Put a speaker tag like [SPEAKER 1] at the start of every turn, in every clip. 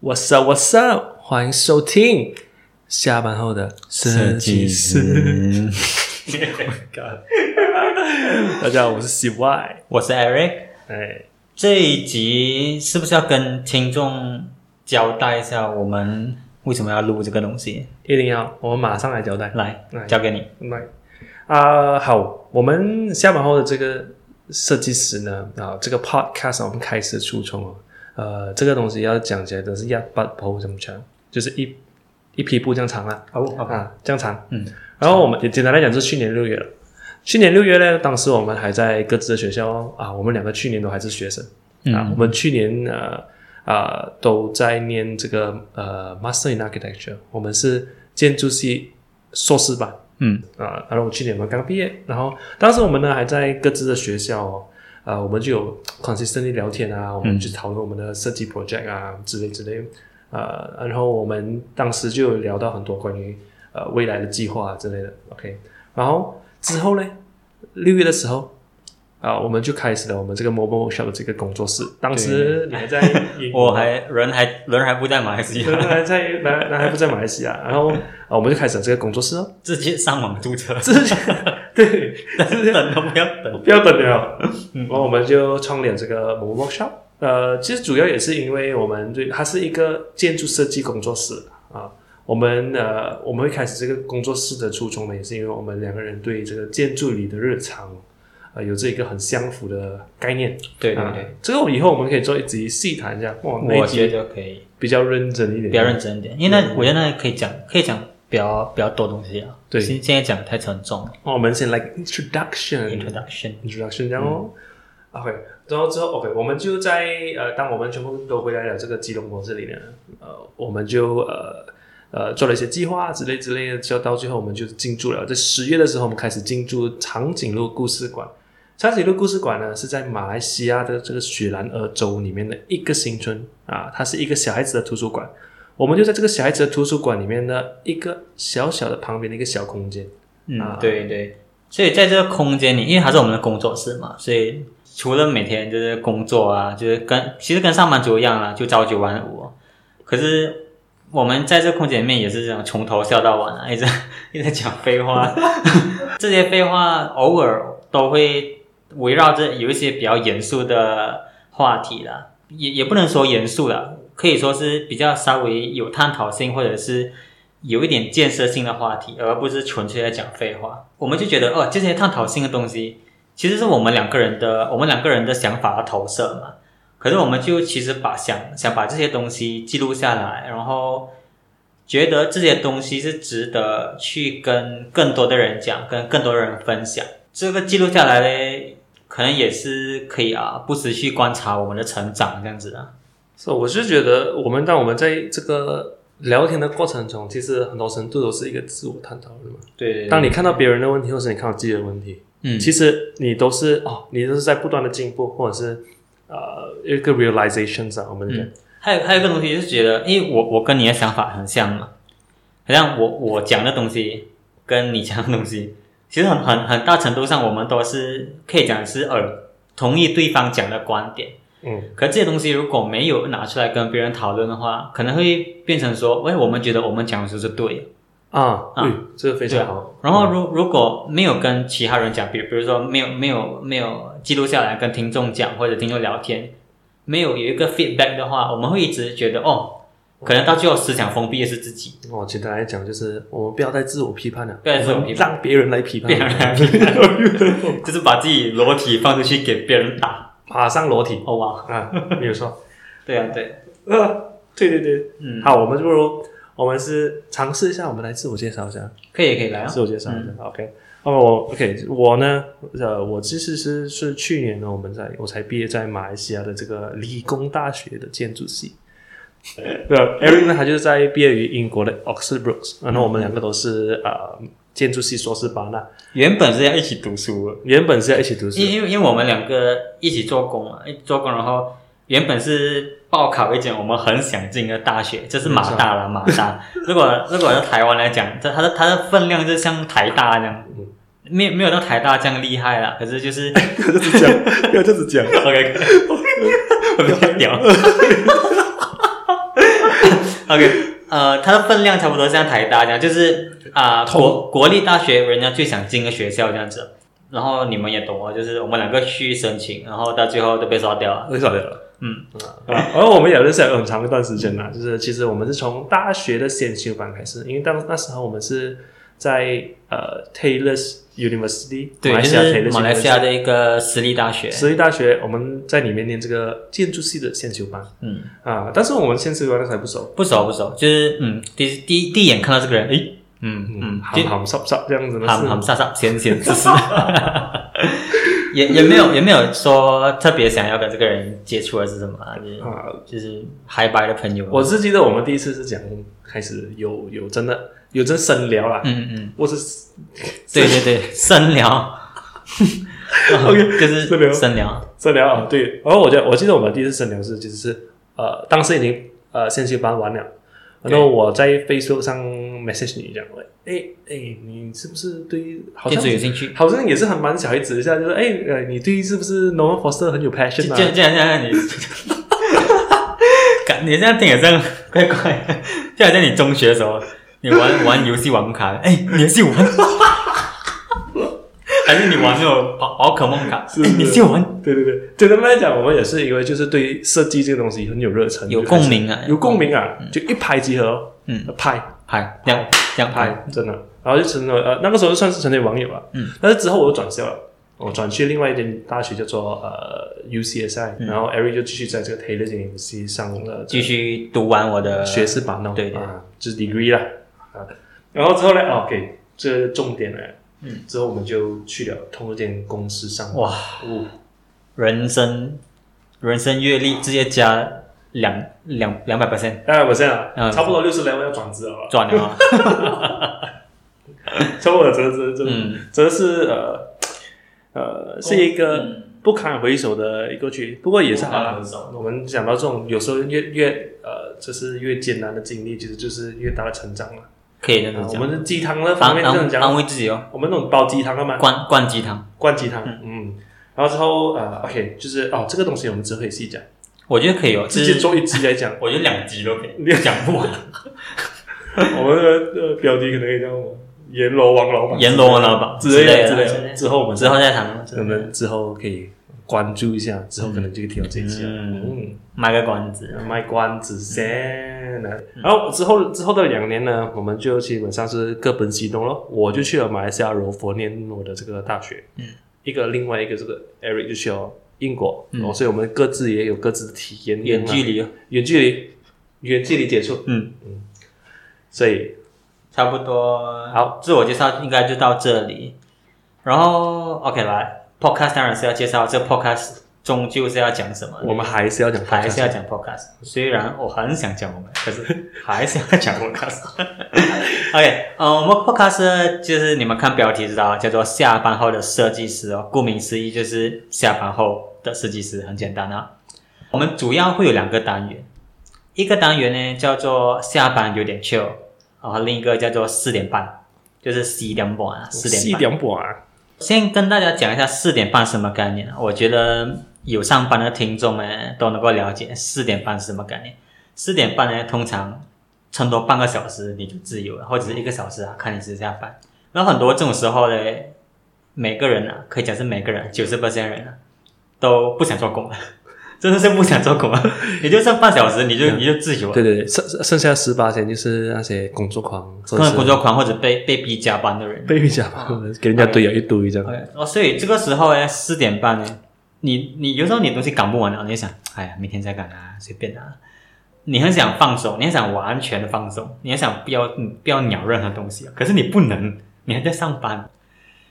[SPEAKER 1] What's up? What's up? 欢迎收听下班后的设计师。God 大家好，我是 CY。
[SPEAKER 2] 我是 Eric。
[SPEAKER 1] 哎，
[SPEAKER 2] 这一集是不是要跟听众交代一下我们为什么要录这个东西？
[SPEAKER 1] 一定要，我们马上来交代。
[SPEAKER 2] 来
[SPEAKER 1] 来，
[SPEAKER 2] 交给你。
[SPEAKER 1] 来啊、好，我们下班后的这个设计师呢，啊，这个 podcast 我们开始的初衷哦，呃，这个东西要讲起来真是一八步这么长，就是一一批步这样长啦。
[SPEAKER 2] 哦
[SPEAKER 1] 啊，这样长。
[SPEAKER 2] 嗯，
[SPEAKER 1] 然后我们也简单来讲，是去年六月了。去年六月呢，当时我们还在各自的学校哦啊，我们两个去年都还是学生、啊，我们去年呃啊、都在念这个呃 Master in Architecture，我们是建筑系硕士吧
[SPEAKER 2] 嗯
[SPEAKER 1] 啊，然后我去年我们刚毕业，然后当时我们呢还在各自的学校哦。啊，我们就有 consistently 聊天啊，我
[SPEAKER 2] 嗯
[SPEAKER 1] 们去讨论我们的设计 project 啊之类之类，呃，然后我们当时就有聊到很多关于呃未来的计划啊之类的。OK，然后之后呢，六月的时候啊、我们就开始了我们这个 mobile workshop 的这个工作室。当时你还在英国
[SPEAKER 2] 我还人还人还不在马来西
[SPEAKER 1] 对
[SPEAKER 2] 亚，
[SPEAKER 1] 还在男男孩不在马来西亚，然后啊、我们就开始了这个工作室哦。
[SPEAKER 2] 直接上网 注册，
[SPEAKER 1] 之前对，
[SPEAKER 2] 等都不要等。
[SPEAKER 1] 不要等了。
[SPEAKER 2] 嗯
[SPEAKER 1] 然后我们就创立了这个 m o b Workshop。呃，其实主要也是因为我们对它是一个建筑设计工作室啊。我们呃，我们会开始这个工作室的初衷呢，也是因为我们两个人对这个建筑里的日常，呃，有这一个很相符的概念。
[SPEAKER 2] 对对
[SPEAKER 1] 啊
[SPEAKER 2] 对，
[SPEAKER 1] 这个以后我们可以做一集细谈一下。哇，那
[SPEAKER 2] 我
[SPEAKER 1] 一
[SPEAKER 2] 觉
[SPEAKER 1] 集
[SPEAKER 2] 得可以
[SPEAKER 1] 比较认真一点。
[SPEAKER 2] 比较认真一点，因为那我觉得那可以讲可以讲比较比较多东西啊。
[SPEAKER 1] 对
[SPEAKER 2] 现现在讲太沉重了。
[SPEAKER 1] 哦我们先来 introduction。
[SPEAKER 2] Introduction，
[SPEAKER 1] introduction 这样哦。OK，然后之后 OK，我们就在呃，当我们全部都回来了这个基隆模式里呢，呃，我们就呃呃做了一些计划之类之类的，就到最后我们就进驻了。在十月的时候，我们开始进驻长颈鹿故事馆。长颈鹿故事馆呢是在马来西亚的这个雪兰莪州里面的一个新村啊，它是一个小孩子的图书馆。我们就在这个小孩子的图书馆里面的一个小小的旁边的一个小空间，啊
[SPEAKER 2] 嗯，对对。所以在这个空间里，因为它是我们的工作室嘛，所以除了每天就是工作啊，就是跟其实跟上班族一样啦，就朝九晚五哦。可是我们在这个空间里面也是这样，从头笑到晚啊，一直 一直讲废话， 这些废话偶尔都会围绕着有一些比较严肃的话题啦，也也不能说严肃啦，可以说是比较稍微有探讨性或者是有一点建设性的话题，而不是纯粹在讲废话。我们就觉得哦，这些探讨性的东西其实是我们两个人的我们两个人的想法的投射嘛。可是我们就其实把想想把这些东西记录下来，然后觉得这些东西是值得去跟更多的人讲，跟更多的人分享。这个记录下来嘞，可能也是可以啊，不时去观察我们的成长这样子啊。
[SPEAKER 1] 所以我是觉得，我们当我们在这个聊天的过程中，其实很多程度都是一个自我探讨的嘛。
[SPEAKER 2] 对对对，
[SPEAKER 1] 当你看到别人的问题，或是你看到自己的问题，
[SPEAKER 2] 嗯，
[SPEAKER 1] 其实你都是哦，你都是在不断的进步，或者是呃一个 realizations 啊，我们讲、
[SPEAKER 2] 嗯还有还有一个东西就是觉得，因为我我跟你的想法很像嘛，好像我我讲的东西跟你讲的东西，其实很很很大程度上我们都是可以讲是耳同意对方讲的观点，
[SPEAKER 1] 嗯，
[SPEAKER 2] 可这些东西如果没有拿出来跟别人讨论的话，可能会变成说，喂，我们觉得我们讲的就是对的，
[SPEAKER 1] 啊，
[SPEAKER 2] 啊
[SPEAKER 1] 对，这个非
[SPEAKER 2] 对
[SPEAKER 1] 常
[SPEAKER 2] 啊
[SPEAKER 1] 好。
[SPEAKER 2] 然后如如果没有跟其他人讲，比比如说没有没有没有记录下来跟听众讲或者听众聊天，没有有一个 feedback 的话，我们会一直觉得哦，可能到最后思想封闭的是自己，
[SPEAKER 1] 我简单来讲，就是我们不要再自我批判了，
[SPEAKER 2] 不要再自我批判啊
[SPEAKER 1] 让别人来批判，
[SPEAKER 2] 别人来批判 就是把自己裸体放出去给别人打。
[SPEAKER 1] 马上裸 体
[SPEAKER 2] 哦哇，
[SPEAKER 1] 啊，没有错。
[SPEAKER 2] 对啊对，
[SPEAKER 1] 啊，对对对，
[SPEAKER 2] 嗯，
[SPEAKER 1] 好，我们就不如我们是尝试一下，我们来自我介绍一下。
[SPEAKER 2] 可以可以来啊
[SPEAKER 1] 自，我介绍一下。OK，那么我 OK，我呢，呃，我其实是是去年呢，我们在我才毕业在马来西亚的这个理工大学的建筑系。对啊，Eric 呢，他就是在毕业于英国的 Oxford Brooks，然后我们两个都是呃建筑系硕士班啦，
[SPEAKER 2] 原本是要一起读书的，
[SPEAKER 1] 原本是要一起读书
[SPEAKER 2] 因因为因为我们两个一起做工嘛，一起做工，然后原本是报考一间我们很想进的大学，这是马大了，马大。 如果如果在台湾来讲，这它的它的分量就像台大这样
[SPEAKER 1] 嗯，
[SPEAKER 2] 没有没有到台大这样厉害啦，可是就是
[SPEAKER 1] 不要这样子讲，不要 这样子讲，
[SPEAKER 2] OK，我比较屌。 OK，呃，它的分量差不多像台大这样，就是啊、
[SPEAKER 1] 同
[SPEAKER 2] 国国立大学人家最想进的学校这样子。然后你们也懂哦，就是我们两个去申请，然后到最后都被刷掉了。
[SPEAKER 1] 很少聊了。
[SPEAKER 2] 嗯
[SPEAKER 1] 啊，而我们也认识了很长一段时间啦，就是其实我们是从大学的先修班开始，因为当那时候我们是在呃 Taylor's University，马来
[SPEAKER 2] 就
[SPEAKER 1] 西亚 Taylor's
[SPEAKER 2] 是马来西亚
[SPEAKER 1] University
[SPEAKER 2] 的一个私立大学。
[SPEAKER 1] 私立大学，我们在里面念这个建筑系的先修班
[SPEAKER 2] 嗯，
[SPEAKER 1] 啊，但是我们先修班那时候还不熟，
[SPEAKER 2] 不熟不熟，就是嗯，第第第一眼看到这个人，诶，嗯
[SPEAKER 1] 嗯，
[SPEAKER 2] 嗯，
[SPEAKER 1] 含
[SPEAKER 2] 就
[SPEAKER 1] 含煞煞这样子呢，
[SPEAKER 2] 喊
[SPEAKER 1] 是
[SPEAKER 2] 喊杀杀，闲闲之事，也也没有也没有说特别想要跟这个人接触还是什么啊，就是
[SPEAKER 1] 啊，
[SPEAKER 2] 就是嗨白的朋友。
[SPEAKER 1] 我是记得我们第一次是讲开始有有真的有真深聊啦，
[SPEAKER 2] 嗯嗯，
[SPEAKER 1] 我是
[SPEAKER 2] 对对对，深聊
[SPEAKER 1] OK，
[SPEAKER 2] 就
[SPEAKER 1] 深聊
[SPEAKER 2] 是深聊，
[SPEAKER 1] 深聊啊，对。然后我觉得我记得我们第一次深聊是其实是呃，当时已经呃先修班完了，然后我在 Facebook 上 message 你讲，哎哎，你是不是对好
[SPEAKER 2] 对
[SPEAKER 1] 像
[SPEAKER 2] 这有兴趣。
[SPEAKER 1] 好像也是很蛮小孩子一下，就是哎呃，你对是不是 Norman Foster 很有
[SPEAKER 2] 这
[SPEAKER 1] passion
[SPEAKER 2] 这
[SPEAKER 1] 啊？
[SPEAKER 2] 这样这样你，感你这样听也像怪怪的，就好像你中学的时候，你玩玩游戏玩不卡，哎，你游戏玩，还是你玩那种宝宝可梦卡，
[SPEAKER 1] 是
[SPEAKER 2] 哎，你游戏玩
[SPEAKER 1] 对对对，简单来讲，我们也是因为就是对设计这个东西很有热忱，
[SPEAKER 2] 有
[SPEAKER 1] 就开始
[SPEAKER 2] 共鸣啊，
[SPEAKER 1] 有共，鸣啊，就一拍即合哦，
[SPEAKER 2] 嗯，
[SPEAKER 1] 拍。
[SPEAKER 2] 拍这样这样拍，
[SPEAKER 1] 拍，嗯真的。然后就成了呃，那个时候算是成为网友了。
[SPEAKER 2] 嗯，哦
[SPEAKER 1] 但是之后我又转校了，我转去另外一间大学叫做呃 UCSI，、然
[SPEAKER 2] 嗯
[SPEAKER 1] 后 Eric 就继续在这个 Taylor University 上了
[SPEAKER 2] 继续读完我的
[SPEAKER 1] 学士班哦，
[SPEAKER 2] 对对
[SPEAKER 1] 啊，就是 degree 啦。啊，然后之后呢哦，OK，这重点呢，
[SPEAKER 2] 嗯，
[SPEAKER 1] 之后我们就去了同一间公司上班。
[SPEAKER 2] 哇
[SPEAKER 1] 哦，
[SPEAKER 2] 人生人生阅历直接加两两两百 percent
[SPEAKER 1] 当然我现在啊
[SPEAKER 2] 嗯
[SPEAKER 1] 差不多六十来我要转职了哦吧，
[SPEAKER 2] 赚 了啊，
[SPEAKER 1] 差不多这这这
[SPEAKER 2] 嗯，
[SPEAKER 1] 这是呃呃是一个。不堪回首的一个剧，不过也是好
[SPEAKER 2] 哦嗯不堪
[SPEAKER 1] 了
[SPEAKER 2] 回首。
[SPEAKER 1] 我们讲到这种，有时候越越呃，就是越艰难的经历，其实就是越大的成长了。
[SPEAKER 2] 可以这
[SPEAKER 1] 啊
[SPEAKER 2] 样
[SPEAKER 1] 我
[SPEAKER 2] 嗯讲，
[SPEAKER 1] 们的鸡汤那方
[SPEAKER 2] 安
[SPEAKER 1] 面这种
[SPEAKER 2] 安安
[SPEAKER 1] 讲，
[SPEAKER 2] 慰自己哦，
[SPEAKER 1] 我们那种煲鸡汤的嘛，
[SPEAKER 2] 灌灌鸡汤。
[SPEAKER 1] 灌鸡汤，嗯。然后之后呃，OK，就是哦，这个东西我们只会细讲，
[SPEAKER 2] 我觉得可以哦，
[SPEAKER 1] 直
[SPEAKER 2] 就
[SPEAKER 1] 接
[SPEAKER 2] 是。
[SPEAKER 1] 做一集来讲
[SPEAKER 2] 我觉得两集都可以，讲不完。
[SPEAKER 1] 我们的呃标题可能也叫什么“阎罗王老板”、
[SPEAKER 2] 阎罗王老板
[SPEAKER 1] 之类的
[SPEAKER 2] 之
[SPEAKER 1] 之
[SPEAKER 2] 类
[SPEAKER 1] 类
[SPEAKER 2] 的
[SPEAKER 1] 的。之后我们
[SPEAKER 2] 之后再谈，
[SPEAKER 1] 我们之后可以关注一下，之后可能就可以听到这一集了。
[SPEAKER 2] 嗯
[SPEAKER 1] 嗯
[SPEAKER 2] 卖个关子。啊
[SPEAKER 1] 卖关子先。嗯然后之后之后的两年呢，我们就基本上是各奔西东咯。我就去了马来西亚柔佛念我的这个大学，
[SPEAKER 2] 嗯，
[SPEAKER 1] 一个另外一个这个 Eric 就去了英国，
[SPEAKER 2] 嗯
[SPEAKER 1] 哦，所以我们各自也有各自的体验，
[SPEAKER 2] 远距离哦，
[SPEAKER 1] 远距离远距离接触，
[SPEAKER 2] 嗯，
[SPEAKER 1] 所以
[SPEAKER 2] 差不多。
[SPEAKER 1] 好，
[SPEAKER 2] 自我介绍应该就到这里。然后 OK 来，Podcast 当然是要介绍，这 Podcast 终究是要讲什么的，
[SPEAKER 1] 我们还是要讲
[SPEAKER 2] 还是要
[SPEAKER 1] podcast
[SPEAKER 2] 讲 Podcast。虽然我很想讲我们，可是还是要讲 Podcast。OK，呃，我们 Podcast 就是你们看标题知道，叫做下班后的设计师哦。顾名思义，就是下班后的设计师，很简单啊。我们主要会有两个单元，一个单元呢叫做下班有点 chill，然后另一个叫做四点半，就是四点半啊，四点半。
[SPEAKER 1] 细点播啊，
[SPEAKER 2] 先跟大家讲一下四点半什么概念啊。我觉得有上班的听众们都能够了解四点半是什么概念。四点半呢，通常撑多半个小时你就自由了，或者是一个小时啊，看你是下班。然后很多这种时候呢，每个人啊，可以讲是每个人九十 percent 人啊，都不想做工了， 真的是不想做工了。你就剩半小时，你就你就自由了。
[SPEAKER 1] 对对对，剩剩下十八天就是那些工作狂，
[SPEAKER 2] 可能工作狂或者被被逼加班的人，
[SPEAKER 1] 被人家给人家堆了一堆这样。
[SPEAKER 2] OK，哦，所以这个时候呢，四点半呢，你你有时候你东西赶不完了，你就想，哎呀，明天再赶啊，随便啊。你很想放松，你很想完全的放松，你很想不要不要鸟任何东西，啊可是你不能，你还在上班，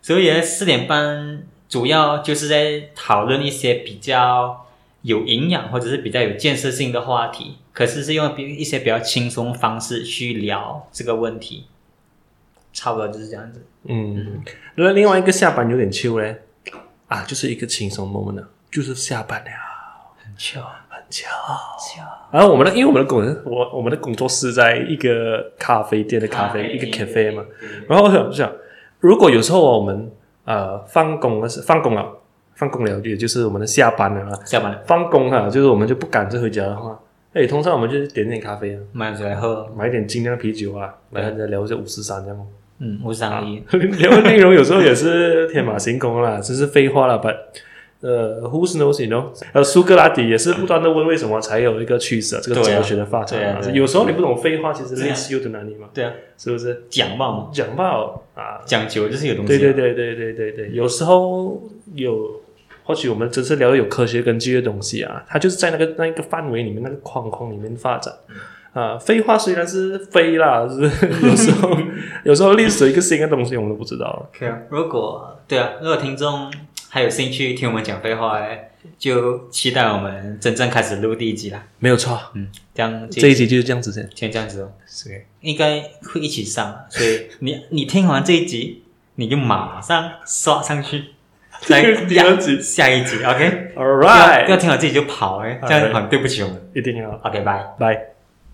[SPEAKER 2] 所以呢，四点半主要就是在讨论一些比较有营养或者是比较有建设性的话题，可是是用比一些比较轻松的方式去聊这个问题，差不多就是这样子。
[SPEAKER 1] 嗯，那另外一个下班有点秋嘞，啊，就是一个轻松 moment 呢，就是下班了，
[SPEAKER 2] 很巧，
[SPEAKER 1] 很巧。
[SPEAKER 2] 巧。
[SPEAKER 1] 然后我们的，因为我们的工，我我们的工作室在一个咖啡店的咖
[SPEAKER 2] 啊
[SPEAKER 1] 啡，一个 cafe 嘛。。然后我想想，如果有时候我们呃放工了，放工了，放工了，也就是我们的下班了啊，
[SPEAKER 2] 下班了，
[SPEAKER 1] 放工啊，就是我们就不赶着回家的话，哎、哎，通常我们就是点点咖啡啊，
[SPEAKER 2] 买起来喝，
[SPEAKER 1] 买点精酿啤酒啊，然后再聊一下五十三这样哦。
[SPEAKER 2] 嗯，五十三
[SPEAKER 1] 啊
[SPEAKER 2] 一，
[SPEAKER 1] 聊的内容有时候也是天马行空啦，只是废话了。But 呃，Who knows you know？呃，苏格拉底也是不断的问为什么才有一个趋势、啊，这个
[SPEAKER 2] 对啊
[SPEAKER 1] 哲学的发展、
[SPEAKER 2] 对啊对啊
[SPEAKER 1] 有时候你不懂废话，其实
[SPEAKER 2] 对啊
[SPEAKER 1] leads you to 哪里嘛，
[SPEAKER 2] 对啊，
[SPEAKER 1] 是不是？
[SPEAKER 2] 讲吧嘛，
[SPEAKER 1] 讲到啊，
[SPEAKER 2] 讲究就是有东西，
[SPEAKER 1] 对对对对对对对，有时候有，或许我们只是聊有科学根据的东西啊，它就是在那个那一个范围里面那个框框里面发展。啊，废话虽然是飞啦，是 有时候有时候历史一个新的东西我们都不知道了。
[SPEAKER 2] OK 啊，如果对啊，如果听众还有兴趣听我们讲废话嘞，就期待我们真正开始录第一集啦。
[SPEAKER 1] 没有错，
[SPEAKER 2] 嗯，这样就
[SPEAKER 1] 这一集就是这样子先。
[SPEAKER 2] 先这样子哦，
[SPEAKER 1] 是
[SPEAKER 2] 应该会一起上，所以你 你听完这一集，你就马上刷上 去，再
[SPEAKER 1] 第二集
[SPEAKER 2] 下一集，OK？
[SPEAKER 1] ，All
[SPEAKER 2] 不要不要
[SPEAKER 1] right，
[SPEAKER 2] 听完自己就跑哎、这样很对不起我们。
[SPEAKER 1] 一定要
[SPEAKER 2] OK，拜。
[SPEAKER 1] 拜。